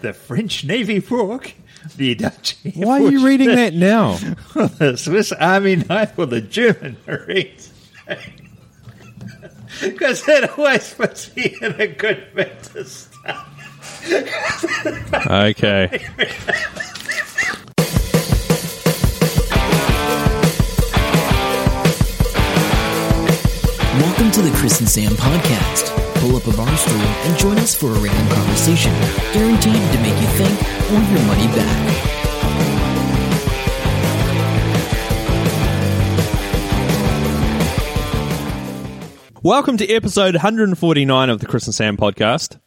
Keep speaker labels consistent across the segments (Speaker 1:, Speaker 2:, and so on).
Speaker 1: the French Navy fork, the Dutch. Air
Speaker 2: Why are you
Speaker 1: Force
Speaker 2: reading
Speaker 1: Base,
Speaker 2: that now?
Speaker 1: the Swiss Army knife or the German Marines. Because that always puts me in a good mental state.
Speaker 2: Okay.
Speaker 3: Welcome to the Chris and Sam podcast. Pull up a bar stool and join us for a random conversation, guaranteed to make you think or your money back.
Speaker 2: Welcome to episode 149 of the Chris and Sam podcast.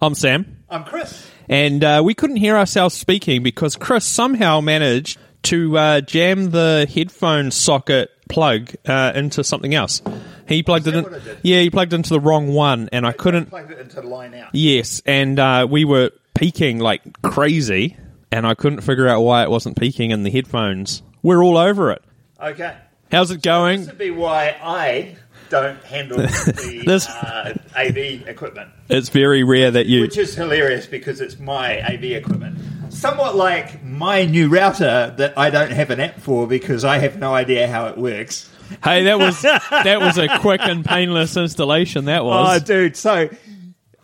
Speaker 2: I'm Sam,
Speaker 1: I'm Chris.
Speaker 2: and uh, we couldn't hear ourselves speaking because Chris somehow managed to uh, jam the headphone socket plug uh, into something else. He plugged it
Speaker 1: that
Speaker 2: in.
Speaker 1: what I did?
Speaker 2: Yeah, he plugged into the wrong one, and I couldn't.
Speaker 1: Plugged it into the line out.
Speaker 2: Yes, and uh, we were peaking like crazy, and I couldn't figure out why it wasn't peaking in the headphones. We're all over it.
Speaker 1: Okay.
Speaker 2: How's
Speaker 1: This
Speaker 2: it going?
Speaker 1: would be why I don't handle the
Speaker 2: This-
Speaker 1: uh, AV equipment,
Speaker 2: It's very rare that you.
Speaker 1: which is hilarious because it's my AV equipment. Somewhat like my new router that I don't have an app for because I have no idea how it works.
Speaker 2: Hey, that was that was a quick and painless installation. That
Speaker 1: Oh,
Speaker 2: was.
Speaker 1: dude. So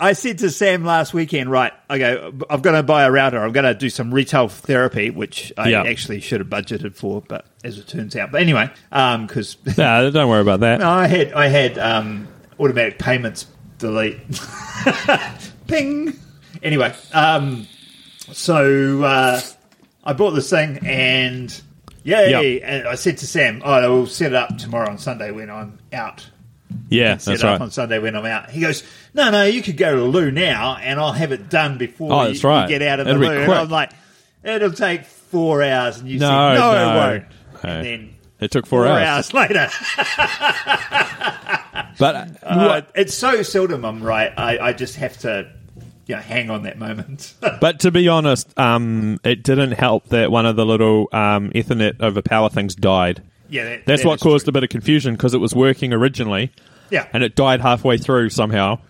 Speaker 1: I said to Sam last weekend, right, I go, I'm going to buy a router. I'm going to do some retail therapy, which I
Speaker 2: Yeah.
Speaker 1: actually should have budgeted for, but as it turns out. But anyway, because
Speaker 2: no, don't worry about that.
Speaker 1: I had, I had um, automatic payments delete. Ping. Anyway, um, so uh, I bought this thing and. Yay!
Speaker 2: Yep.
Speaker 1: And I said to Sam, "Oh, I will set it up tomorrow on Sunday when I'm out
Speaker 2: yeah,
Speaker 1: set
Speaker 2: that's
Speaker 1: it up
Speaker 2: right.
Speaker 1: on Sunday when I'm out. He goes, no, no, you could go to the loo now, and I'll have it done before
Speaker 2: Oh,
Speaker 1: you-
Speaker 2: that's
Speaker 1: you,
Speaker 2: right.
Speaker 1: get out of
Speaker 2: It'll
Speaker 1: the
Speaker 2: be
Speaker 1: loo. And
Speaker 2: quick.
Speaker 1: I'm like, it'll take four hours, and you
Speaker 2: No,
Speaker 1: said, no,
Speaker 2: no.
Speaker 1: it won't.
Speaker 2: Okay.
Speaker 1: And then
Speaker 2: it took four, hours.
Speaker 1: later,
Speaker 2: But uh,
Speaker 1: Uh, it's so seldom I'm right. I, I just have to, you know, hang on that moment.
Speaker 2: but to be honest, um, it didn't help that one of the little um, Ethernet over power things died.
Speaker 1: yeah, that,
Speaker 2: That's
Speaker 1: that
Speaker 2: what
Speaker 1: is
Speaker 2: caused
Speaker 1: true.
Speaker 2: a bit of confusion because it was working originally,
Speaker 1: Yeah,
Speaker 2: and it died halfway through somehow.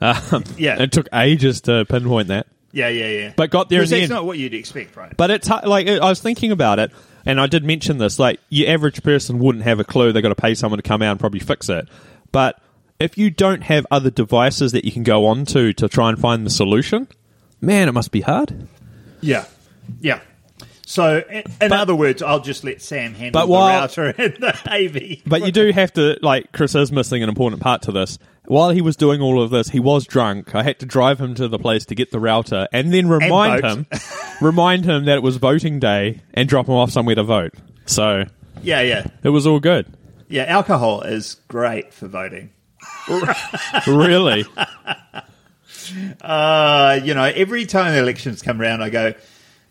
Speaker 2: Um,
Speaker 1: Yeah.
Speaker 2: it took ages to pinpoint that,
Speaker 1: yeah, yeah, yeah.
Speaker 2: but got there in
Speaker 1: Because
Speaker 2: the
Speaker 1: that's
Speaker 2: end.
Speaker 1: not what you'd expect, right?
Speaker 2: But it's hu- like I was thinking about it, and I did mention this. Like your average person wouldn't have a clue. They got to pay someone to come out and probably fix it. But if you don't have other devices that you can go on to to try and find the solution, man, it must be hard.
Speaker 1: yeah, yeah. So, in, in other words, I'll just let Sam handle
Speaker 2: But
Speaker 1: the
Speaker 2: while-
Speaker 1: router and the AV.
Speaker 2: But you do have to like Chris is missing an important part to this. While he was doing all of this, he was drunk. I had to drive him to the place to get the router and then remind
Speaker 1: vote.
Speaker 2: him remind him that it was voting day and drop him off somewhere to vote. So
Speaker 1: yeah, yeah.
Speaker 2: it was all good.
Speaker 1: Yeah, alcohol is great for voting.
Speaker 2: Really.
Speaker 1: Uh, you know, every time the elections come round, I go,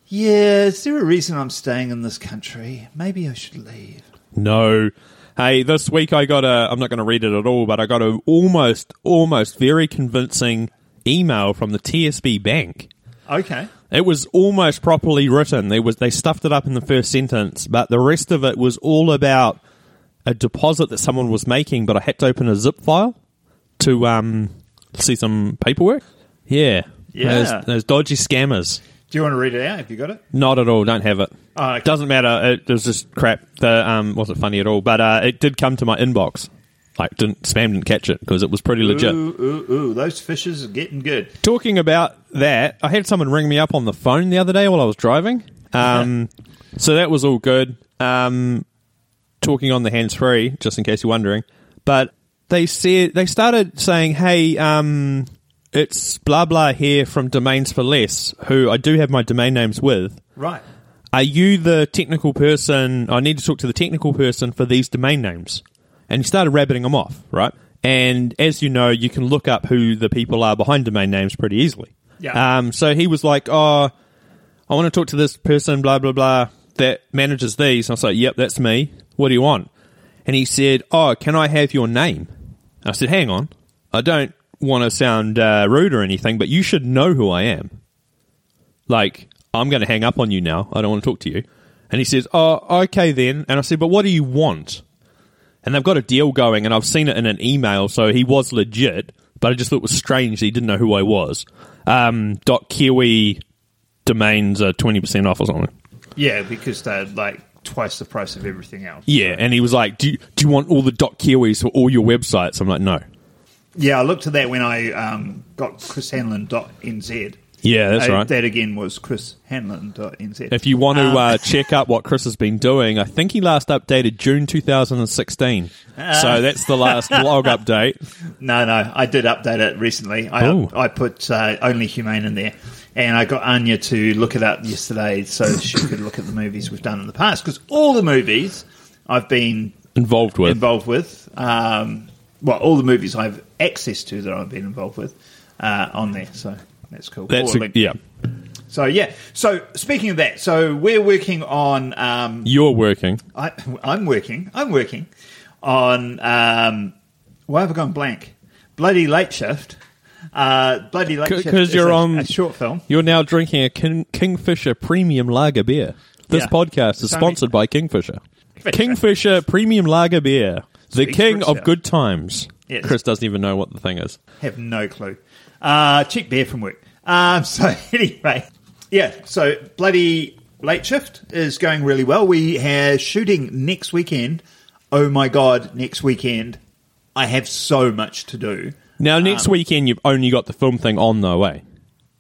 Speaker 1: yeah, is there a reason I'm staying in this country? Maybe I should leave.
Speaker 2: No. Hey, this week I got a. I'm not going to read it at all, but I got a almost, almost very convincing email from the TSB Bank.
Speaker 1: Okay.
Speaker 2: It was almost properly written. There was they stuffed it up in the first sentence, but the rest of it was all about a deposit that someone was making. But I had to open a zip file to um see some paperwork. Yeah,
Speaker 1: Yeah.
Speaker 2: Those, those dodgy scammers.
Speaker 1: Do you want to read it out? Have you got it?
Speaker 2: Not at all. Don't have it.
Speaker 1: Oh, okay.
Speaker 2: Doesn't matter. It was just crap. The um wasn't funny at all. But uh, it did come to my inbox. Like didn't spam didn't catch it because it was pretty legit.
Speaker 1: Ooh, ooh, ooh. Those fishes are getting good.
Speaker 2: Talking about that, I had someone ring me up on the phone the other day while I was driving. Um, so that was all good. Um, talking on the hands free, just in case you're wondering. But they said they started saying, "Hey, um, it's blah blah here from Domains for Less, who I do have my domain names with."
Speaker 1: Right.
Speaker 2: are you the technical person? I need to talk to the technical person for these domain names. And he started rabbiting them off, right? And as you know, you can look up who the people are behind domain names pretty easily.
Speaker 1: Yeah.
Speaker 2: Um, so he was like, oh, I want to talk to this person, blah, blah, blah, that manages these. And I was like, yep, that's me. What do you want? And he said, oh, can I have your name? I said, hang on. I don't want to sound uh, rude or anything, but you should know who I am like i'm going to hang up on you now i don't want to talk to you and he says oh okay then and i said but what do you want and they've got a deal going and i've seen it in an email so he was legit but i just thought it was strange that he didn't know who i was um, dot Kiwi domains are twenty percent off or something.
Speaker 1: Yeah, because they're like twice the price of everything else.
Speaker 2: Yeah, and he was like, "Do you, do you want all the dot Kiwis for all your websites?" I'm like, "No."
Speaker 1: Yeah, I looked at that when I um, got chrishanlon.nz.
Speaker 2: Yeah, that's
Speaker 1: Uh,
Speaker 2: right.
Speaker 1: That again was chrishanlon.nz.
Speaker 2: If you want to uh, check out what Chris has been doing, I think he last updated June 2016. so that's the last log update.
Speaker 1: No, no, I did update it recently. I
Speaker 2: Oh.
Speaker 1: I put uh, only humane in there, and I got Anya to look it up yesterday so she could look at the movies we've done in the past because all the movies I've been
Speaker 2: Involved with.
Speaker 1: involved with, um, well, all the movies I've access to that I've been involved with uh, on there. So that's cool.
Speaker 2: That's
Speaker 1: All
Speaker 2: a,
Speaker 1: linked.
Speaker 2: yeah.
Speaker 1: So yeah. So speaking of that, so we're working on. Um,
Speaker 2: You're working.
Speaker 1: I, I'm working. I'm working on. Um, why have I gone blank? Bloody late shift. Uh, Bloody late
Speaker 2: C-
Speaker 1: shift.
Speaker 2: 'cause
Speaker 1: is
Speaker 2: you're
Speaker 1: a,
Speaker 2: on-
Speaker 1: a short film.
Speaker 2: You're now drinking a King, Kingfisher premium lager beer. This
Speaker 1: Yeah.
Speaker 2: podcast is
Speaker 1: Tony-
Speaker 2: sponsored by Kingfisher.
Speaker 1: Fisher.
Speaker 2: Kingfisher premium lager beer. The
Speaker 1: Speaks
Speaker 2: king
Speaker 1: for
Speaker 2: of
Speaker 1: itself.
Speaker 2: good times.
Speaker 1: Yes.
Speaker 2: Chris doesn't even know what the thing is.
Speaker 1: Have no clue. Uh, cheap beer from work. Um, so anyway, yeah. So bloody late shift is going really well. We are shooting next weekend. Oh my god, next weekend! I have so much to do.
Speaker 2: Now,
Speaker 1: Um,
Speaker 2: next weekend, you've only got the film thing on, though, eh?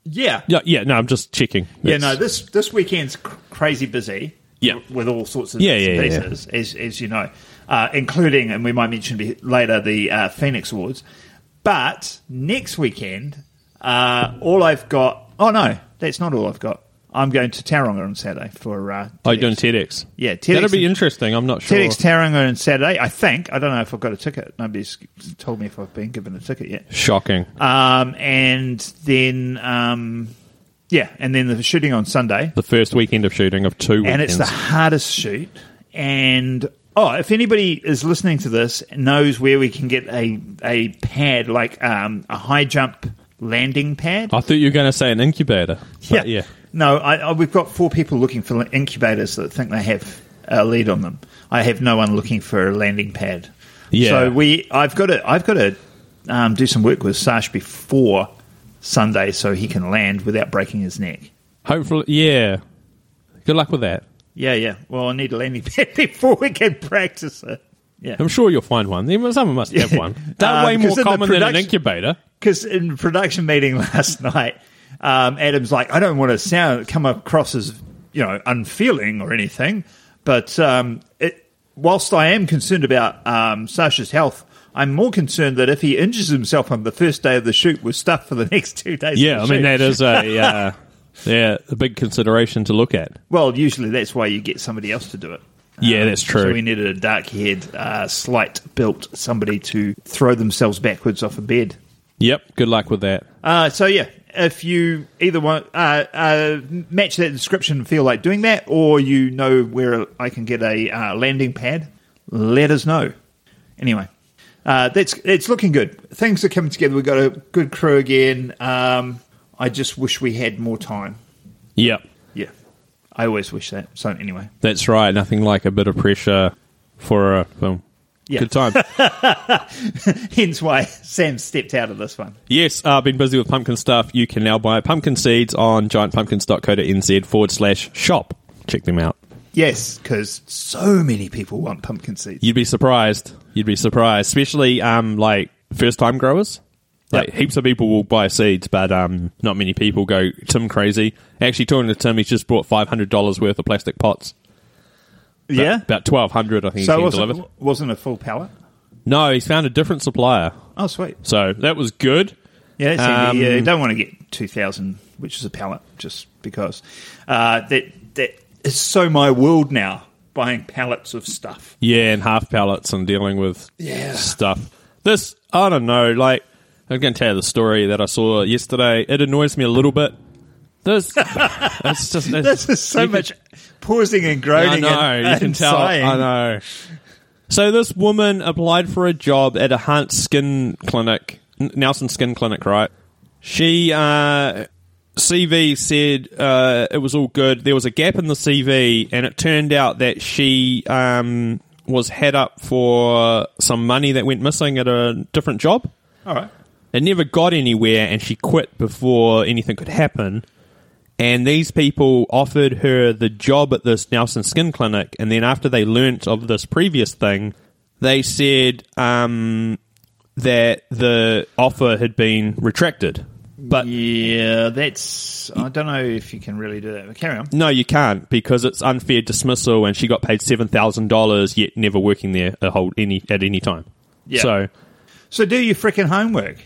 Speaker 1: Yeah,
Speaker 2: Yeah, yeah no, I'm just checking.
Speaker 1: Yeah,
Speaker 2: It's-
Speaker 1: no, this this weekend's cr- crazy busy.
Speaker 2: Yeah.
Speaker 1: with all sorts of
Speaker 2: Yeah,
Speaker 1: bits and
Speaker 2: yeah, yeah, yeah.
Speaker 1: pieces, as as you know, uh, including and we might mention be- later the uh, Phoenix Awards. But next weekend, uh, all I've got. Oh no, that's not all I've got. I'm going to Taronga on Saturday for. Uh,
Speaker 2: Oh, you're
Speaker 1: TEDx.
Speaker 2: doing TEDx?
Speaker 1: Yeah, TEDx
Speaker 2: That'll be
Speaker 1: and-
Speaker 2: interesting. I'm not sure.
Speaker 1: TEDx Taronga on Saturday. I think I don't know if I've got a ticket. Nobody's told me if I've been given a ticket yet.
Speaker 2: Shocking.
Speaker 1: Um, and then um, yeah, and then the shooting on Sunday.
Speaker 2: the first weekend of shooting of two
Speaker 1: and it's
Speaker 2: weekends.
Speaker 1: the hardest shoot. And oh, if anybody is listening to this and knows where we can get a a pad like um, a high jump landing pad,
Speaker 2: I thought you were going to say an incubator. but Oh, yeah.
Speaker 1: no, I, I, we've got four people looking for incubators that think they have a lead on them. I have no one looking for a landing pad.
Speaker 2: Yeah.
Speaker 1: So we, I've got to, I've got to um, do some work with Sash before Sunday so he can land without breaking his neck.
Speaker 2: Hopefully, yeah. Good luck with that.
Speaker 1: Yeah, yeah. Well, I need a landing pad before we can practice it. Yeah.
Speaker 2: I'm sure you'll find one. There- Someone must have one. That
Speaker 1: Uh,
Speaker 2: way more
Speaker 1: because in the
Speaker 2: common than an
Speaker 1: production-
Speaker 2: incubator.
Speaker 1: because in production meeting last night, um, Adam's like, I don't want to sound come across as you know unfeeling or anything, but um, it, whilst I am concerned about um, Sasha's health, I'm more concerned that if he injures himself on the first day of the shoot, we're stuffed for the next two days. of
Speaker 2: Yeah,
Speaker 1: the
Speaker 2: I mean
Speaker 1: shoot.
Speaker 2: that is a uh, yeah a big consideration to look at. Um,
Speaker 1: Well, usually that's why you get somebody else to do it.
Speaker 2: Yeah, that's
Speaker 1: So
Speaker 2: true.
Speaker 1: we needed a dark-haired, uh, slight-built somebody to throw themselves backwards off a bed.
Speaker 2: yep. Good luck with that.
Speaker 1: Uh, so yeah, if you either want uh, uh, match that description, and feel like doing that, or you know where I can get a uh, landing pad, let us know. Anyway, uh, that's it's looking good. Things are coming together. We've got a good crew again. Um, I just wish we had more time.
Speaker 2: Yep.
Speaker 1: Yeah, I always wish that. So anyway,
Speaker 2: That's right. Nothing like a bit of pressure for a film.
Speaker 1: Yeah.
Speaker 2: Good time.
Speaker 1: hence why Sam stepped out of this one.
Speaker 2: Yes, I've been busy with pumpkin stuff. You can now buy pumpkin seeds on giantpumpkins.co.nz forward slash shop. Check them out.
Speaker 1: Yes, because so many people want pumpkin seeds.
Speaker 2: You'd be surprised. You'd be surprised, especially um, like first time growers. Like
Speaker 1: Yep.
Speaker 2: heaps of people will buy seeds, but um, not many people go Tim crazy. Actually, talking to Tim, he's just bought five hundred dollars worth of plastic pots. About- about twelve hundred, I think.
Speaker 1: So it
Speaker 2: he's getting
Speaker 1: wasn't,
Speaker 2: delivered.
Speaker 1: wasn't a full pallet.
Speaker 2: No, he's found a different supplier,
Speaker 1: Oh, sweet.
Speaker 2: so that was good.
Speaker 1: Yeah, that's
Speaker 2: Um,
Speaker 1: easy. yeah, you don't want to get two thousand, which is a pallet, just because uh, that that is so my world now. Buying pallets of stuff.
Speaker 2: Yeah, and half pallets and dealing with
Speaker 1: Yeah.
Speaker 2: stuff. This, I don't know, like, I'm going to tell you the story that I saw yesterday. It annoys me a little bit. This, it's just, it's,
Speaker 1: This is so
Speaker 2: you can-
Speaker 1: much pausing and
Speaker 2: I
Speaker 1: groaning.
Speaker 2: know,
Speaker 1: and,
Speaker 2: you can
Speaker 1: and
Speaker 2: tell.
Speaker 1: sighing.
Speaker 2: I know. So this woman applied for a job at a Hunt Skin Clinic, N- Nelson Skin Clinic, right? She, uh, CV said uh, it was all good. There was a gap in the CV, and it turned out that she um, was head up for some money that went missing at a different job
Speaker 1: All right.
Speaker 2: It never got anywhere, and she quit before anything could happen. And these people offered her the job at this Nelson Skin Clinic, and then after they learnt of this previous thing, they said um, that the offer had been retracted. But
Speaker 1: yeah, that's. I don't know if you can really do that. But carry on.
Speaker 2: no, you can't because it's unfair dismissal, and she got paid seven thousand dollars, yet never working there a whole any at any time.
Speaker 1: Yeah.
Speaker 2: So
Speaker 1: So do your freaking homework.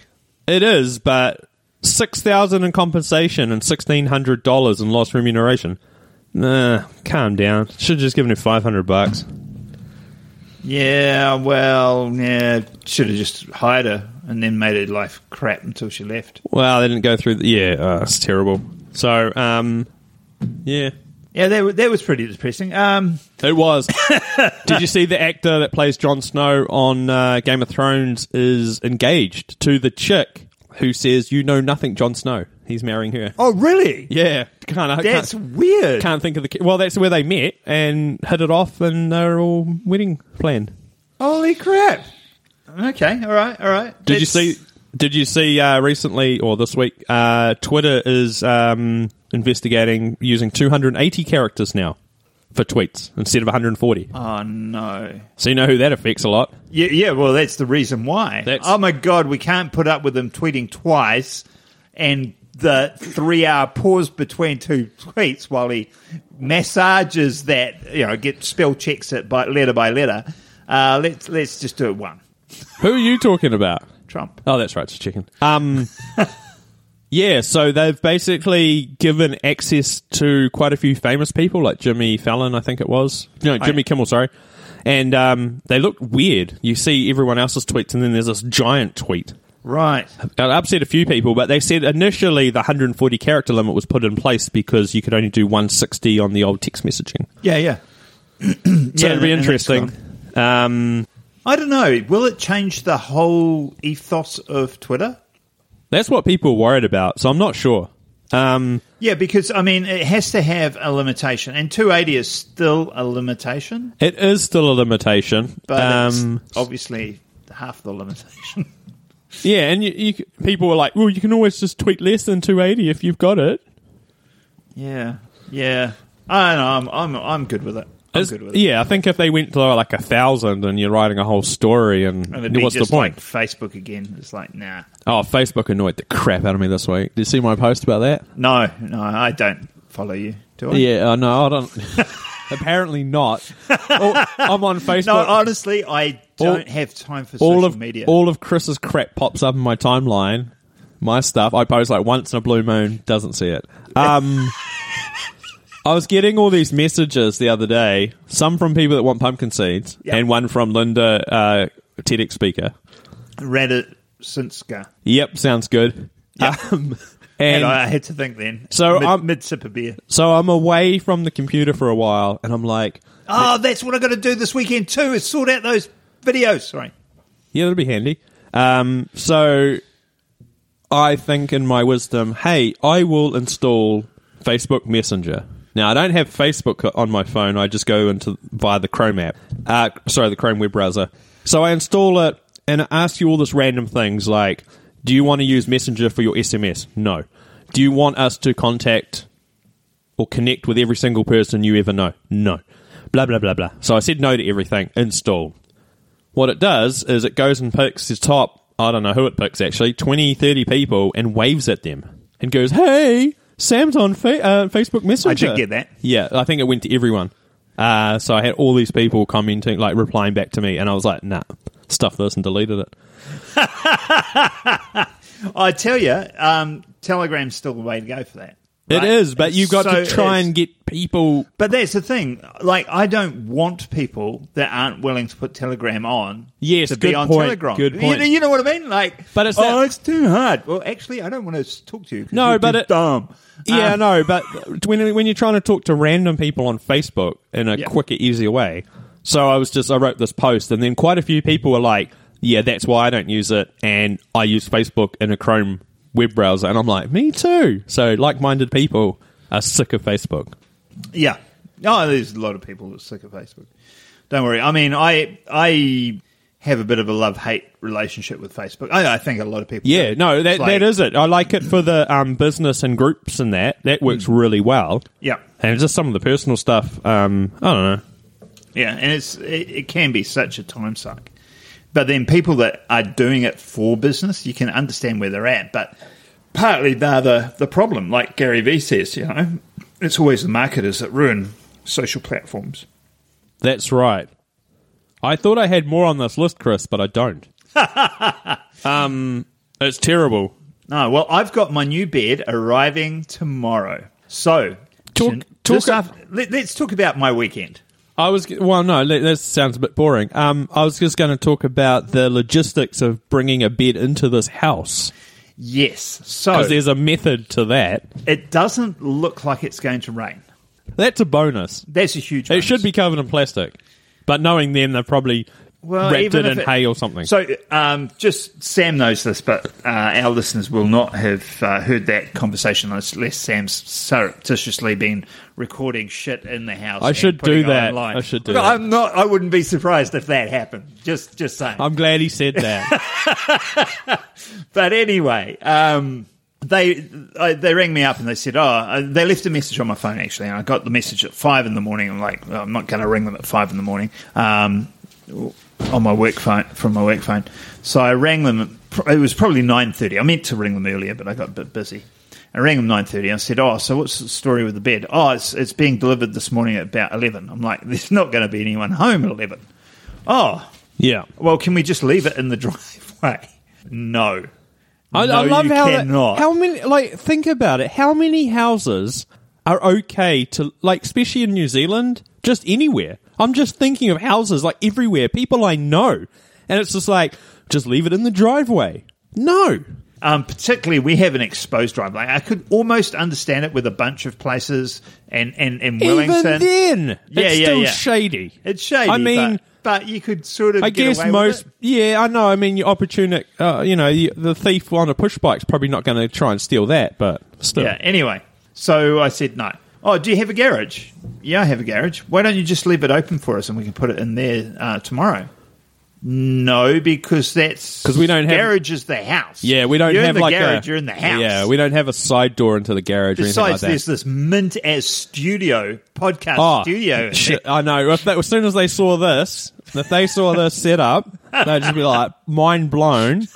Speaker 2: it is, but six thousand in compensation and sixteen hundred dollars in lost remuneration. Nah, calm down. Should have just given her five hundred bucks.
Speaker 1: Yeah, well, yeah, should have just hired her and then made her life crap until she left.
Speaker 2: Well, they didn't go through. The, yeah, uh, it's terrible. So, um, yeah,
Speaker 1: Yeah, that, wa- that was pretty depressing. Um,
Speaker 2: it was. Did you see the actor that plays Jon Snow on uh, Game of Thrones is engaged to the chick who says, "You know nothing, Jon Snow." He's marrying her.
Speaker 1: oh, really?
Speaker 2: Yeah, can't. I
Speaker 1: That's
Speaker 2: can't,
Speaker 1: weird.
Speaker 2: can't think of the. Well, that's where they met and hit it off, and they're all wedding planned.
Speaker 1: Holy crap. Okay, all right, all right.
Speaker 2: Did you
Speaker 1: That's-
Speaker 2: see? Did you see uh, recently or this week? Uh, Twitter is um, investigating using 280 characters now for tweets instead of 140.
Speaker 1: Oh, no.
Speaker 2: So you know who that affects a lot.
Speaker 1: Yeah, yeah, well, that's the reason why.
Speaker 2: That's-
Speaker 1: oh, my God, we can't put up with them tweeting twice and the three hour pause between two tweets while he massages that, you know, get spell checks it by letter by letter. Uh, let's, let's just do it one.
Speaker 2: Who are you talking about?
Speaker 1: Trump.
Speaker 2: Oh, that's right. It's a chicken. Um, yeah. So they've basically given access to quite a few famous people, like Jimmy Fallon, I think it was. No, Jimmy Kimmel. Sorry. And um, they look weird. You see everyone else's tweets, and then there's this giant tweet.
Speaker 1: Right.
Speaker 2: It upset a few people, but they said initially the 140 character limit was put in place because you could only do 160 on the old text messaging.
Speaker 1: Yeah, yeah.
Speaker 2: So
Speaker 1: Yeah,
Speaker 2: it'd be
Speaker 1: and- and that's
Speaker 2: interesting. Um,
Speaker 1: I don't know. Will it change the whole ethos of Twitter?
Speaker 2: that's what people were worried about, so I'm not sure. Um,
Speaker 1: Yeah, because I mean, it has to have a limitation, and 280 is still a limitation,
Speaker 2: it is still a limitation.
Speaker 1: but
Speaker 2: um,
Speaker 1: it's obviously half the limitation.
Speaker 2: yeah, and you, you, c- people were like, well, you can always just tweet less than 280 if you've got it.
Speaker 1: yeah, yeah. I don't know. I'm I'm I'm good with it. I'm
Speaker 2: It's-
Speaker 1: good with it.
Speaker 2: yeah, I think if they went to like a thousand and you're writing a whole story, and,
Speaker 1: And it'd be
Speaker 2: what's the
Speaker 1: just
Speaker 2: point?
Speaker 1: like Facebook again. It's like, nah.
Speaker 2: oh, Facebook annoyed the crap out of me this week. Did you see my post about that?
Speaker 1: No, no, I don't follow you. Do I?
Speaker 2: Yeah, uh, no, I don't. Apparently not. Oh, I'm on Facebook.
Speaker 1: No, honestly, I don't
Speaker 2: All-
Speaker 1: have time for
Speaker 2: all
Speaker 1: social
Speaker 2: of
Speaker 1: media.
Speaker 2: all of Chris's crap pops up in my timeline. My stuff I post like once in a blue moon. Doesn't see it. Um, I was getting all these messages the other day. Some from people that want pumpkin seeds,
Speaker 1: Yeah.
Speaker 2: and one from Linda, uh, TEDx speaker.
Speaker 1: Reddit, Sinska.
Speaker 2: Yep, sounds good. Um,
Speaker 1: And
Speaker 2: and
Speaker 1: I had to think then.
Speaker 2: So,
Speaker 1: mid,
Speaker 2: um,
Speaker 1: mid sip of beer.
Speaker 2: so I'm away from the computer for a while, and I'm like,
Speaker 1: Oh, that's what I got to do this weekend too. Is sort out those videos. Sorry.
Speaker 2: Yeah, that'd be handy. Um, so I think in my wisdom, hey, I will install Facebook Messenger. Now I don't have Facebook on my phone. I just go into via the Chrome app. Uh, sorry, the Chrome web browser. So I install it and it asks you all this random things like, do you want to use Messenger for your SMS? No. Do you want us to contact or connect with every single person you ever know? No. Blah blah blah blah. So I said no to everything. Install. What it does is it goes and picks the top, I don't know who it picks actually, 20, 30 people and waves at them and goes, hey, Sam's on fa- uh, Facebook Messenger.
Speaker 1: get that.
Speaker 2: Yeah, I think it went to everyone. Uh, so I had all these people commenting, like replying back to me, and I was like, nah, stuff this and deleted it.
Speaker 1: I tell you, um, Telegram's still the way to go for that. right?
Speaker 2: It is, but you've got
Speaker 1: So
Speaker 2: to try
Speaker 1: it is.
Speaker 2: and get people.
Speaker 1: But that's the thing. Like, I don't want people that aren't willing to put Telegram on.
Speaker 2: Yes,
Speaker 1: to be
Speaker 2: good
Speaker 1: on
Speaker 2: point,
Speaker 1: Telegram.
Speaker 2: good
Speaker 1: You-
Speaker 2: point.
Speaker 1: You, know what I mean? Like,
Speaker 2: But it's
Speaker 1: oh,
Speaker 2: that-
Speaker 1: it's too hard. Well, actually, I don't want to talk to you. 'cause
Speaker 2: No,
Speaker 1: you're
Speaker 2: but
Speaker 1: too
Speaker 2: it-
Speaker 1: dumb.
Speaker 2: Yeah,
Speaker 1: Um,
Speaker 2: no, but when, when you're trying to talk to random people on Facebook in a
Speaker 1: Yeah.
Speaker 2: quicker, easier way. So I was just, I wrote this post, and then quite a few people were like, yeah, that's why I don't use it. And I use Facebook in a Chrome web browser. And I'm like, me too. So like minded people are sick of Facebook.
Speaker 1: Yeah. Oh, No, there's a lot of people that's sick of Facebook. Don't worry. I mean, I I have a bit of a love hate relationship with Facebook. I, I think a lot of people.
Speaker 2: Yeah,
Speaker 1: do.
Speaker 2: no, that,
Speaker 1: It's like-
Speaker 2: that is it. I like it for the um, business and groups and that. That works
Speaker 1: Mm.
Speaker 2: really well.
Speaker 1: Yeah,
Speaker 2: And just some of the personal stuff, um, I don't know.
Speaker 1: yeah, and it's it, it can be such a time suck. But then people that are doing it for business, you can understand where they're at. But partly they're the the problem. Like Gary Vee says, you know, it's always the marketers that ruin social platforms.
Speaker 2: That's right. I thought I had more on this list, Chris, but I don't. um, it's terrible.
Speaker 1: No, well, I've got my new bed arriving tomorrow. So,
Speaker 2: Talk-
Speaker 1: Jan-
Speaker 2: talk-
Speaker 1: this af- let, us talk about my weekend.
Speaker 2: I was well, no, that that sounds a bit boring. Um, I was just going to talk about the logistics of bringing a bed into this house
Speaker 1: Yes. So,
Speaker 2: because there's a method to that.
Speaker 1: it doesn't look like it's going to rain.
Speaker 2: That's a bonus.
Speaker 1: That's a huge
Speaker 2: It
Speaker 1: bonus.
Speaker 2: should be covered in plastic, but knowing them, they've probably
Speaker 1: Well,
Speaker 2: wrapped
Speaker 1: even
Speaker 2: it
Speaker 1: if
Speaker 2: in hay or something.
Speaker 1: So, um, just Sam knows this, but uh, our listeners will not have uh, heard that conversation unless, unless Sam's surreptitiously been recording shit in the house.
Speaker 2: I
Speaker 1: and
Speaker 2: should
Speaker 1: putting
Speaker 2: do
Speaker 1: it
Speaker 2: that.
Speaker 1: online.
Speaker 2: I should do
Speaker 1: Look,
Speaker 2: that.
Speaker 1: I'm not. I wouldn't be surprised if that happened. Just, just saying.
Speaker 2: I'm glad he said that.
Speaker 1: But anyway, um, they I, they rang me up and they said, "Oh, uh, they left a message on my phone actually." And I got the message at five in the morning. I'm like, well, I'm not going to ring them at five in the morning um, on my work phone from my work phone. So I rang them. It was probably nine thirty. I meant to ring them earlier, but I got a bit busy. I rang them nine thirty. I said, "Oh, so what's the story with the bed? Oh, it's it's being delivered this morning at about 11. I'm like, "There's not going to be anyone home at 11. Oh,
Speaker 2: yeah.
Speaker 1: well, can we just leave it in the driveway? No.
Speaker 2: I,
Speaker 1: no,
Speaker 2: I love
Speaker 1: you
Speaker 2: how that-
Speaker 1: cannot.
Speaker 2: how many like think about it. How many houses are okay to like, especially in New Zealand, just anywhere. I'm just thinking of houses like everywhere, people I know, and it's just like just leave it in the driveway. No,
Speaker 1: um, particularly, we have an exposed driveway. I could almost understand it with a bunch of places and, and, and
Speaker 2: even
Speaker 1: Wellington.
Speaker 2: then,
Speaker 1: Yeah,
Speaker 2: it's
Speaker 1: yeah,
Speaker 2: still
Speaker 1: yeah.
Speaker 2: shady.
Speaker 1: it's shady.
Speaker 2: I mean.
Speaker 1: but, but you could sort of.
Speaker 2: I
Speaker 1: get
Speaker 2: guess
Speaker 1: away with
Speaker 2: most,
Speaker 1: it.
Speaker 2: yeah, I know. I mean, your opportunity, uh, you know, you, the thief on a push bike's probably not going to try and steal that, but still.
Speaker 1: Yeah, anyway. So I said no. Oh, do you have a garage? Yeah, I have a garage. Why don't you just leave it open for us and we can put it in there uh, tomorrow? No, because that's
Speaker 2: 'Cause we don't have-
Speaker 1: garage is the house.
Speaker 2: Yeah, we don't
Speaker 1: you're
Speaker 2: have
Speaker 1: in the
Speaker 2: like
Speaker 1: garage.
Speaker 2: a,
Speaker 1: you're in the house.
Speaker 2: Yeah, we don't have a side door into the garage or
Speaker 1: Besides,
Speaker 2: anything like
Speaker 1: there's
Speaker 2: that.
Speaker 1: this mint as studio podcast
Speaker 2: Oh,
Speaker 1: studio.
Speaker 2: shit, I know. If that, as soon as they saw this, if they saw this set up, they'd just be like mind blown,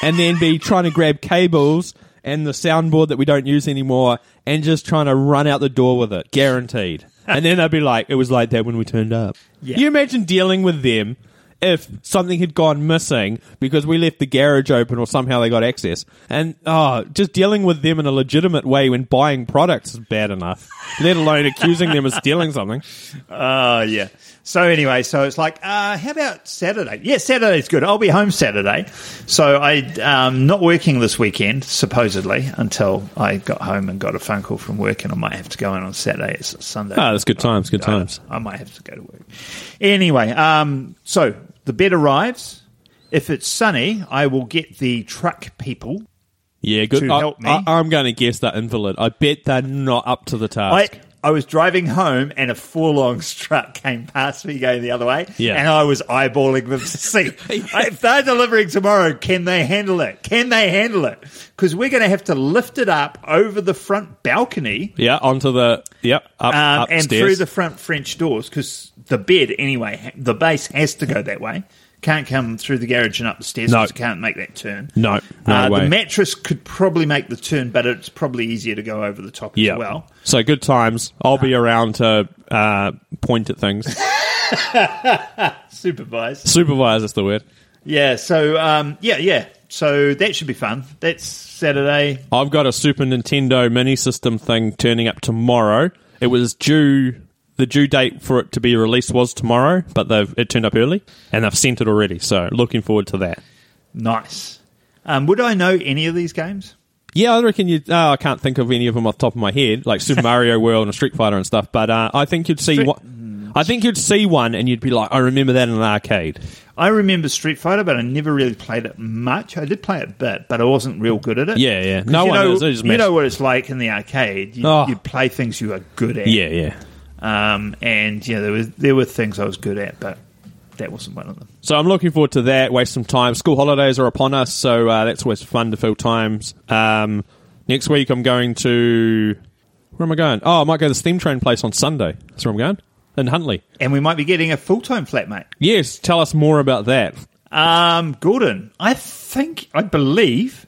Speaker 2: and then be trying to grab cables and the soundboard that we don't use anymore, and just trying to run out the door with it, guaranteed. And then they'd be like, "It was like that when we turned up."
Speaker 1: Yeah.
Speaker 2: You imagine dealing with them if something had gone missing because we left the garage open or somehow they got access. And oh, just dealing with them in a legitimate way when buying products is bad enough, let alone accusing them of stealing something.
Speaker 1: Oh yeah. So anyway, so it's like, uh, how about Saturday? Yeah, Saturday's good. I'll be home Saturday. So I um, not working this weekend supposedly until I got home and got a phone call from work, and I might have to go in on Saturday. It's Sunday.
Speaker 2: Oh, that's good
Speaker 1: Uh,
Speaker 2: times, good times.
Speaker 1: I might have to go to work. Anyway, um, so the bed arrives. If it's sunny, I will get the truck people.
Speaker 2: Yeah, good.
Speaker 1: To
Speaker 2: I,
Speaker 1: help me.
Speaker 2: I, am going to guess they're invalid. I bet they're not up to the
Speaker 1: I,
Speaker 2: task.
Speaker 1: I was driving home and a four long truck came past me going the other way.
Speaker 2: Yeah.
Speaker 1: And I was eyeballing them to see if they're delivering tomorrow, can they handle it? Can they handle it? Because we're going to have to lift it up over the front balcony
Speaker 2: yeah, onto the yep up
Speaker 1: um,
Speaker 2: upstairs.
Speaker 1: and through the front French doors because the bed, anyway, ha- the base has to go that way. Can't come through the garage and up the stairs
Speaker 2: No.
Speaker 1: 'cause it can't make that turn.
Speaker 2: No, no
Speaker 1: uh,
Speaker 2: way.
Speaker 1: The mattress could probably make the turn, but it's probably easier to go over the top
Speaker 2: yeah.
Speaker 1: as well. Uh-huh.
Speaker 2: So good times. I'll be around to uh, point at things.
Speaker 1: Supervised.
Speaker 2: Supervise is the word.
Speaker 1: Yeah, so um, yeah, yeah. So that should be fun. That's Saturday.
Speaker 2: I've got a Super Nintendo mini system thing turning up tomorrow. It was due the due date for it to be released was tomorrow, but they've it turned up early and they've sent it already. So looking forward to that.
Speaker 1: Nice. Um, would I know any of these games?
Speaker 2: Yeah, I reckon you. Oh, I can't think of any of them off the top of my head, like Super Mario World and Street Fighter and stuff. But uh, I think you'd see
Speaker 1: Street-
Speaker 2: one. I think you'd see one, and you'd be like, "I remember that in an arcade."
Speaker 1: I remember Street Fighter, but I never really played it much. I did play it a bit, but I wasn't real good at it.
Speaker 2: Yeah, yeah.
Speaker 1: 'Cause
Speaker 2: No
Speaker 1: you
Speaker 2: one
Speaker 1: know,
Speaker 2: is. They just
Speaker 1: you
Speaker 2: mash-
Speaker 1: know what it's like in the arcade. You,
Speaker 2: Oh.
Speaker 1: you play things you are good at.
Speaker 2: Yeah, yeah.
Speaker 1: Um, and yeah, there were there were things I was good at, but that wasn't one of them.
Speaker 2: So I'm looking forward to that. Waste some time. School holidays are upon us, so uh, that's always fun to fill times. Um, next week I'm going to where am I going? Oh, I might go to the steam train place on Sunday. That's where I'm going in Huntley.
Speaker 1: And we might be getting a full time flatmate.
Speaker 2: Yes, tell us more about that.
Speaker 1: Um, Gordon, I think, I believe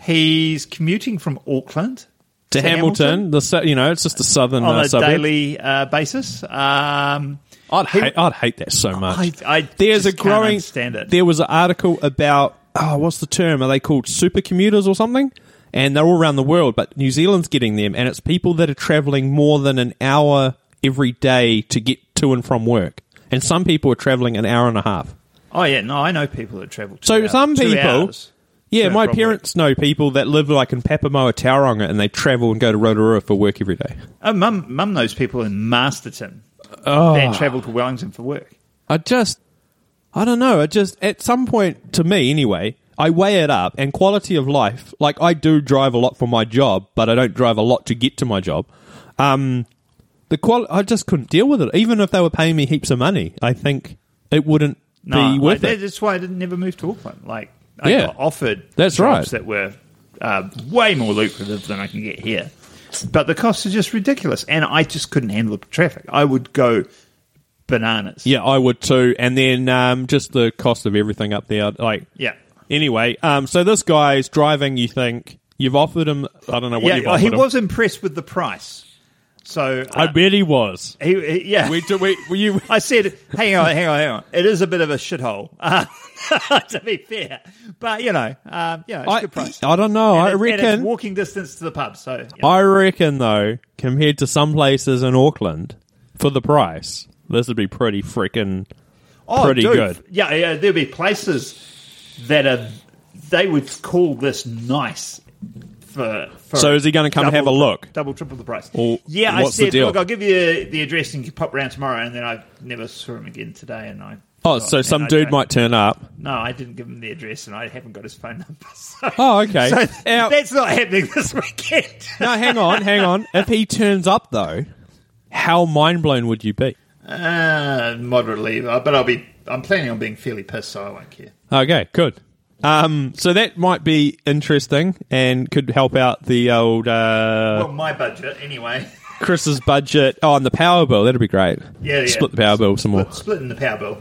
Speaker 1: he's commuting from Auckland
Speaker 2: To Hamilton, the su- you know it's just the southern
Speaker 1: on
Speaker 2: uh,
Speaker 1: a
Speaker 2: suburb.
Speaker 1: daily uh, basis. Um,
Speaker 2: I'd hate, I'd hate that so much.
Speaker 1: I, I
Speaker 2: There's
Speaker 1: just
Speaker 2: a growing.
Speaker 1: can't understand it.
Speaker 2: There was an article about oh, what's the term? Are they called super commuters or something? And they're all around the world, but New Zealand's getting them, and it's people that are traveling more than an hour every day to get to and from work, and some people are traveling an hour and a half.
Speaker 1: Oh yeah, no, I know people that travel. Two
Speaker 2: So
Speaker 1: hours-
Speaker 2: some
Speaker 1: two
Speaker 2: people-
Speaker 1: hours.
Speaker 2: Yeah,
Speaker 1: To and
Speaker 2: my
Speaker 1: from
Speaker 2: parents know people that live like in Papamoa, Tauranga, and they travel and go to Rotorua for work every day.
Speaker 1: Oh, mum, mum knows people in Masterton
Speaker 2: Ah.
Speaker 1: that travel to Wellington for work.
Speaker 2: I just, I don't know. I just, at some point, to me anyway, I weigh it up and quality of life. Like, I do drive a lot for my job, but I don't drive a lot to get to my job. Um, the qual, I just couldn't deal with it. Even if they were paying me heaps of money, I think it wouldn't
Speaker 1: No,
Speaker 2: be
Speaker 1: like,
Speaker 2: worth
Speaker 1: that-
Speaker 2: it.
Speaker 1: that's why I didn't never move to Auckland. Like I
Speaker 2: Yeah.
Speaker 1: got offered
Speaker 2: That's
Speaker 1: jobs
Speaker 2: right.
Speaker 1: that were uh, way more lucrative than I can get here, but the costs are just ridiculous, and I just couldn't handle the traffic. I would go bananas.
Speaker 2: Yeah, I would too. And then um, just the cost of everything up there, like.
Speaker 1: yeah.
Speaker 2: Anyway, um, so this guy's driving. You think you've offered him? I don't know what
Speaker 1: Yeah,
Speaker 2: you've
Speaker 1: well,
Speaker 2: offered
Speaker 1: he
Speaker 2: him.
Speaker 1: was impressed with the price. So
Speaker 2: I
Speaker 1: uh,
Speaker 2: bet he was.
Speaker 1: he, he- yeah,
Speaker 2: We do. We, we you.
Speaker 1: I said, hang on, hang on, hang on. It is a bit of a shithole, uh, to be fair. But, you know, um, you know, it's a
Speaker 2: I,
Speaker 1: good price.
Speaker 2: I don't know.
Speaker 1: And
Speaker 2: I
Speaker 1: it's- and it's
Speaker 2: reckon.
Speaker 1: walking distance to the pub, so. you know.
Speaker 2: I reckon though, compared to some places in Auckland, for the price, this would be pretty freaking.
Speaker 1: Oh,
Speaker 2: pretty
Speaker 1: dude,
Speaker 2: good.
Speaker 1: Yeah, yeah, there'll be places that are, they would call this nice for. for
Speaker 2: So is he gonna come
Speaker 1: double-
Speaker 2: have a look?
Speaker 1: Double, triple the price.
Speaker 2: Or
Speaker 1: yeah, I
Speaker 2: what's the
Speaker 1: said,
Speaker 2: deal?
Speaker 1: look, I'll give you the address and you can pop round tomorrow, and then I never saw him again today, and I.
Speaker 2: Oh,
Speaker 1: forgot,
Speaker 2: so
Speaker 1: and
Speaker 2: some
Speaker 1: I
Speaker 2: dude
Speaker 1: don't-
Speaker 2: might turn up.
Speaker 1: No, I didn't give him the address, and I haven't got his phone number. So,
Speaker 2: Oh, okay.
Speaker 1: so
Speaker 2: Now-
Speaker 1: that's not happening this weekend.
Speaker 2: No, hang on, hang on. If he turns up though, how mind blown would you be?
Speaker 1: Uh, moderately, uh, but I'll be. I'm planning on being fairly pissed, so I won't care.
Speaker 2: Okay, good. Um, so that might be interesting and could help out the old uh,
Speaker 1: Well, my budget anyway.
Speaker 2: Chris's budget. Oh, and the power bill. That'd be great.
Speaker 1: Yeah, yeah.
Speaker 2: Split the power bill some more.
Speaker 1: Split, splitting the power bill,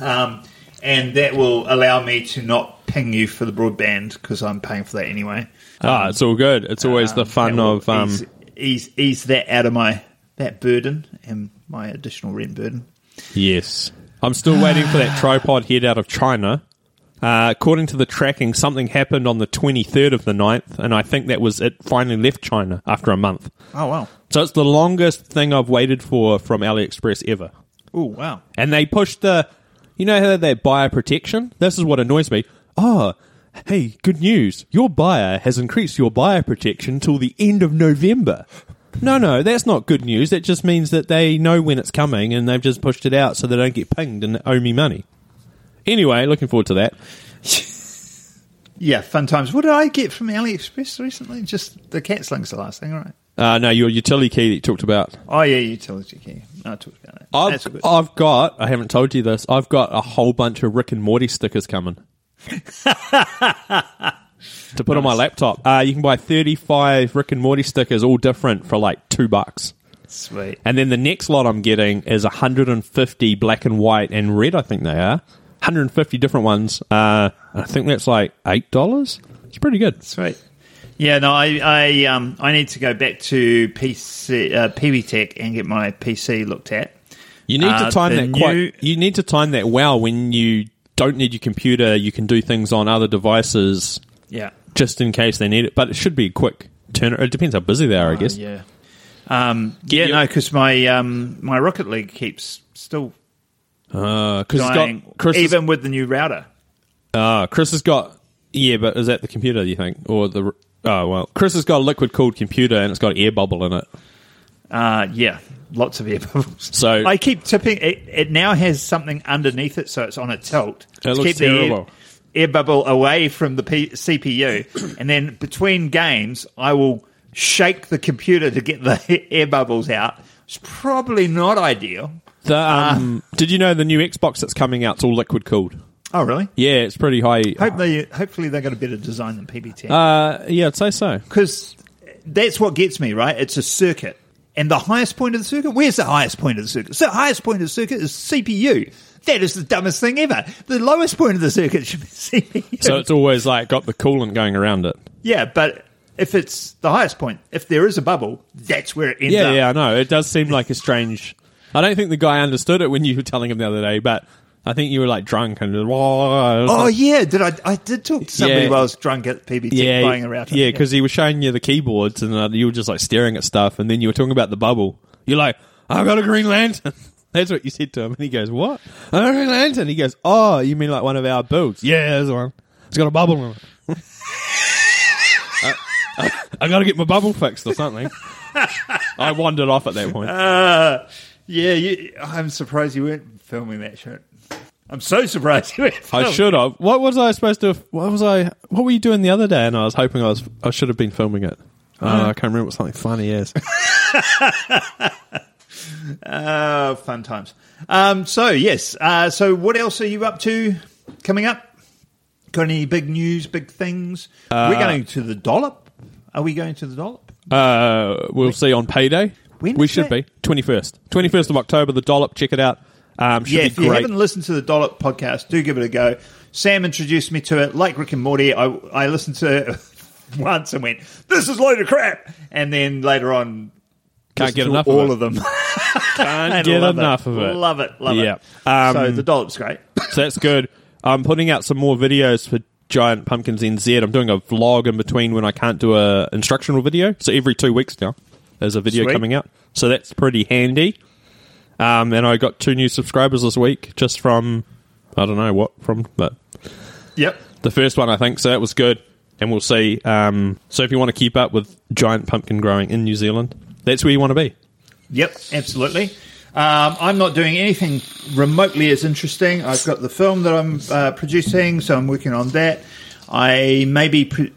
Speaker 1: um, and that will allow me to not ping you for the broadband because I'm paying for that anyway.
Speaker 2: Ah, it's all good. It's always the
Speaker 1: Um,
Speaker 2: fun
Speaker 1: that will
Speaker 2: of um,
Speaker 1: ease, ease ease that out of my that burden and my additional rent burden.
Speaker 2: Yes. I'm still waiting for that tripod head out of China. Uh, according to the tracking, something happened on the 23rd of the 9th, and I think that was it finally left China after a month.
Speaker 1: Oh wow!
Speaker 2: So it's the longest thing I've waited for from AliExpress ever.
Speaker 1: Oh wow!
Speaker 2: And they pushed the, you know how they buyer protection? This is what annoys me. Oh, hey, good news. Your buyer has increased your buyer protection till the end of November. No, no, that's not good news. That just means that they know when it's coming and they've just pushed it out so they don't get pinged and owe me money. Anyway, looking forward to that.
Speaker 1: Yeah, fun times. What did I get from AliExpress recently? Just the cat sling's the last thing, right?
Speaker 2: Uh, no, your utility key that you talked about.
Speaker 1: Oh yeah, utility key. No, I talked about that.
Speaker 2: I've,
Speaker 1: That's good.
Speaker 2: I've got, I haven't told you this, I've got a whole bunch of Rick and Morty stickers coming. to put on my laptop. Uh, you can buy 35 Rick and Morty stickers, all different, for like two bucks.
Speaker 1: Sweet.
Speaker 2: And then the next lot I'm getting is 150 black and white and red, I think they are. 150 different ones. Uh, I think that's like $8. It's pretty good.
Speaker 1: Sweet. Yeah, no, I I um I need to go back to PC uh, PB Tech and get my PC looked at.
Speaker 2: You need
Speaker 1: Uh,
Speaker 2: to time
Speaker 1: the
Speaker 2: that quite.
Speaker 1: new-
Speaker 2: You need to time that well when you don't need your computer. You can do things on other devices
Speaker 1: Yeah.
Speaker 2: just in case they need it. But it should be quick turn. It depends how busy they are, I guess.
Speaker 1: Uh, Yeah. Um, yeah,
Speaker 2: your-
Speaker 1: no, because my um my Rocket League keeps still
Speaker 2: Because
Speaker 1: dying,
Speaker 2: Uh, got Chris. Even-
Speaker 1: even with the new router.
Speaker 2: Chris has got. Yeah, but is that the computer? Do you think or the? Oh well, Chris has got a liquid cooled computer and it's got an air bubble in it.
Speaker 1: Uh, yeah, lots of air bubbles.
Speaker 2: So-
Speaker 1: I keep tipping. It, it now has something underneath it, so it's on a tilt.
Speaker 2: It
Speaker 1: to
Speaker 2: looks
Speaker 1: keep the
Speaker 2: terrible.
Speaker 1: Air, air bubble away from the P- CPU, and then between games, I will shake the computer to get the air bubbles out. It's probably not ideal.
Speaker 2: The,
Speaker 1: Ah.
Speaker 2: um, did you know the new Xbox that's coming out's all liquid cooled?
Speaker 1: Oh, really?
Speaker 2: Yeah, it's pretty high.
Speaker 1: Hope they, hopefully they got a better design than PB10.
Speaker 2: Uh, yeah, I'd say so.
Speaker 1: because that's what gets me right. It's a circuit, and the highest point of the circuit. Where's the highest point of the circuit? So the highest point of the circuit is CPU. That is the dumbest thing ever. The lowest point of the circuit should be CPU.
Speaker 2: So it's always like got the coolant going around it.
Speaker 1: yeah, but if it's the highest point, if there is a bubble, that's where it ends
Speaker 2: Yeah,
Speaker 1: up.
Speaker 2: yeah, I know. It does seem like a strange. I don't think the guy understood it when you were telling him the other day, but I think you were like drunk and.
Speaker 1: Oh yeah, did I? I did talk to somebody
Speaker 2: Yeah.
Speaker 1: while I was drunk at PBT
Speaker 2: yeah,
Speaker 1: buying a router.
Speaker 2: yeah, because he was showing you the keyboards and uh, you were just like staring at stuff, and then you were talking about the bubble. You're like, "I got a green lantern." That's what you said to him, and he goes, "What? I got a green lantern." He goes, "Oh, you mean like one of our builds? Yeah, there's one. It's got a bubble on it. I, got to get my bubble fixed or something." I wandered off at that point.
Speaker 1: Uh, yeah. You, I'm surprised you weren't filming that shit. I'm so surprised you weren't.
Speaker 2: I
Speaker 1: Filming.
Speaker 2: should have. What was I supposed to? Have, what was I? What were you doing the other day? And I was hoping I was. I should have been filming it. Uh, I can't remember what something funny is.
Speaker 1: Uh, fun times. Um, so yes. Uh, so what else are you up to coming up? Got any big news? Big things? We're going to the dollop. Are we going to the dollop?
Speaker 2: Uh, we'll see on payday.
Speaker 1: When
Speaker 2: we
Speaker 1: is
Speaker 2: should
Speaker 1: that?
Speaker 2: be twenty first, twenty first of October. The dollop, check it out. Um, should
Speaker 1: yeah.
Speaker 2: be
Speaker 1: If you
Speaker 2: great.
Speaker 1: haven't listened to the dollop podcast, do give it a go. Sam introduced me to it. Like Rick and Morty, I I listened to it once and went, "This is a load of crap," and then later on.
Speaker 2: Can't
Speaker 1: listened
Speaker 2: get
Speaker 1: to
Speaker 2: enough of
Speaker 1: all
Speaker 2: it.
Speaker 1: of them.
Speaker 2: Can't
Speaker 1: And
Speaker 2: get
Speaker 1: love
Speaker 2: enough
Speaker 1: it.
Speaker 2: of it.
Speaker 1: Love it. Love
Speaker 2: Yeah.
Speaker 1: it.
Speaker 2: Um,
Speaker 1: so the dollop's great.
Speaker 2: So that's good. I'm putting out some more videos for Giant Pumpkins NZ. I'm doing a vlog in between when I can't do a instructional video. So every two weeks now, there's a video
Speaker 1: Sweet.
Speaker 2: coming out. So that's pretty handy. Um, and I got two new subscribers this week, just from I don't know what from, but
Speaker 1: Yep.
Speaker 2: the first one I think. So that was good. And we'll see. Um, so if you want to keep up with giant pumpkin growing in New Zealand, that's where you want to be.
Speaker 1: Yep, absolutely. Um, I'm not doing anything remotely as interesting. I've got the film that I'm uh, producing, so I'm working on that. I may be pro-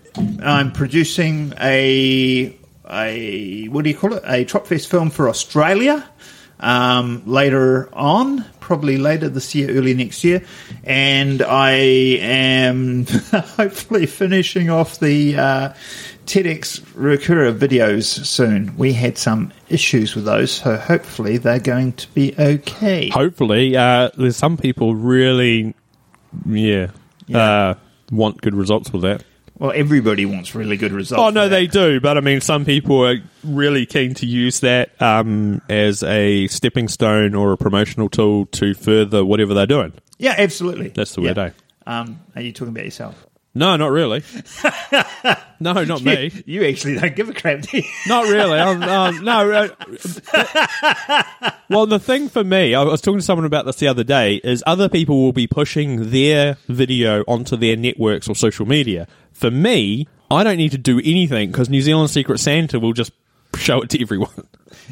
Speaker 1: I'm producing a a what do you call it? A Tropfest film for Australia um, later on, probably later this year, early next year, and I am hopefully finishing off the uh, TEDx Rukura videos soon. We had some issues with those, so hopefully they're going to be okay.
Speaker 2: Hopefully, uh, there's some people really, yeah, Uh, want good results with that.
Speaker 1: Well, everybody wants really good results.
Speaker 2: Oh no,
Speaker 1: for that.
Speaker 2: they do, but I mean, some people are really keen to use that um, as a stepping stone or a promotional tool to further whatever they're doing.
Speaker 1: yeah, absolutely.
Speaker 2: That's the word,
Speaker 1: Yeah.
Speaker 2: eh?
Speaker 1: Um, are you talking about yourself?
Speaker 2: No, not really. no, not me.
Speaker 1: You actually don't give a crap. Do you?
Speaker 2: Not really. Um, um, no. uh, well, the thing for me, I was talking to someone about this the other day, is other people will be pushing their video onto their networks or social media. For me, I don't need to do anything because New Zealand Secret Santa will just show it to everyone.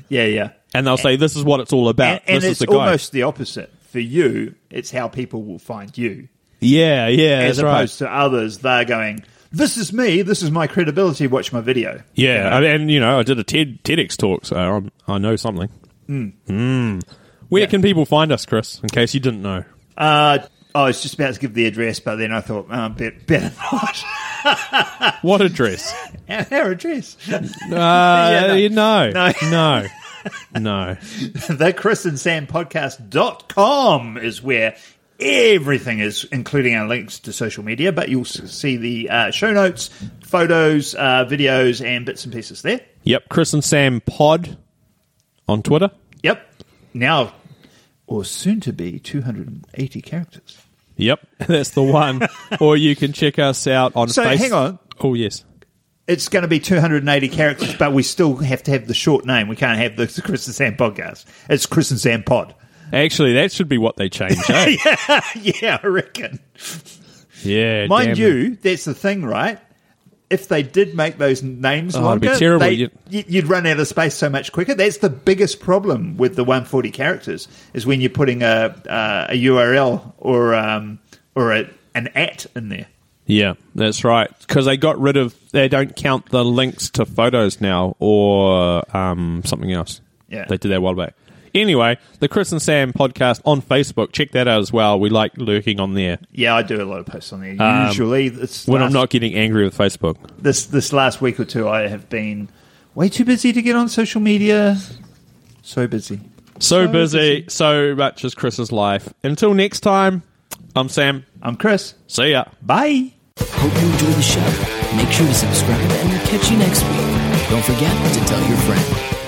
Speaker 1: Yeah, yeah.
Speaker 2: And they'll say, this is what it's all about.
Speaker 1: And, and
Speaker 2: this is
Speaker 1: it's
Speaker 2: the guy.
Speaker 1: almost Uh, the opposite for you. It's how people will find you,
Speaker 2: yeah, yeah,
Speaker 1: as
Speaker 2: that's right.
Speaker 1: opposed to others. They're going, "This is me. This is my credibility. Watch my video."
Speaker 2: Yeah, I mean, and you know, I did a TED TEDx talk, so I'm, I know something.
Speaker 1: Hmm.
Speaker 2: Mm. Where can people find us, Chris? In case you didn't know.
Speaker 1: Uh, I was just about to give the address, but then I thought, oh, bet, better not.
Speaker 2: What address?
Speaker 1: Our address.
Speaker 2: Uh,
Speaker 1: Yeah,
Speaker 2: no.
Speaker 1: no.
Speaker 2: No. No. no.
Speaker 1: the Chris and Sam podcast.com is where everything is, including our links to social media, but you'll s- see the uh, show notes, photos, uh, videos, and bits and pieces there.
Speaker 2: Yep. Chris and Sam Pod on Twitter.
Speaker 1: Yep. Now, or soon to be 280 characters.
Speaker 2: Yep. That's the one. or you can check us out on
Speaker 1: So,
Speaker 2: Face-
Speaker 1: hang on.
Speaker 2: Oh, yes.
Speaker 1: It's going to be 280 characters, but we still have to have the short name. We can't have the Chris and Sam podcast. It's Chris and Sam Pod.
Speaker 2: Actually, that should be what they change. Eh?
Speaker 1: yeah, I reckon.
Speaker 2: yeah.
Speaker 1: Mind
Speaker 2: damn it.
Speaker 1: you, that's the thing, right? If they did make those names
Speaker 2: Oh, it'd be
Speaker 1: longer,
Speaker 2: terrible.
Speaker 1: they-
Speaker 2: You'd-
Speaker 1: y- you'd run out of space so much quicker. That's the biggest problem with the 140 characters is when you're putting a uh, a URL or um, or a, an at in there.
Speaker 2: Yeah, that's right. Because they got rid of. They don't count the links to photos now or um, something else.
Speaker 1: Yeah.
Speaker 2: They did that a while back. Anyway, the Chris and Sam podcast on Facebook. Check that out as well. We like lurking on there
Speaker 1: Yeah, I do a lot of posts on there. Usually, it's
Speaker 2: Um, when I'm
Speaker 1: last-
Speaker 2: not getting angry with Facebook.
Speaker 1: this this last week or two, I have been way too busy to get on social media. So busy.
Speaker 2: So,
Speaker 1: So
Speaker 2: busy, so much is Chris's life. Until next time, I'm Sam.
Speaker 1: I'm Chris.
Speaker 2: See ya.
Speaker 1: Bye.
Speaker 3: Hope you enjoyed the show. Make sure to subscribe and we'll catch you next week. Don't forget to tell your friend.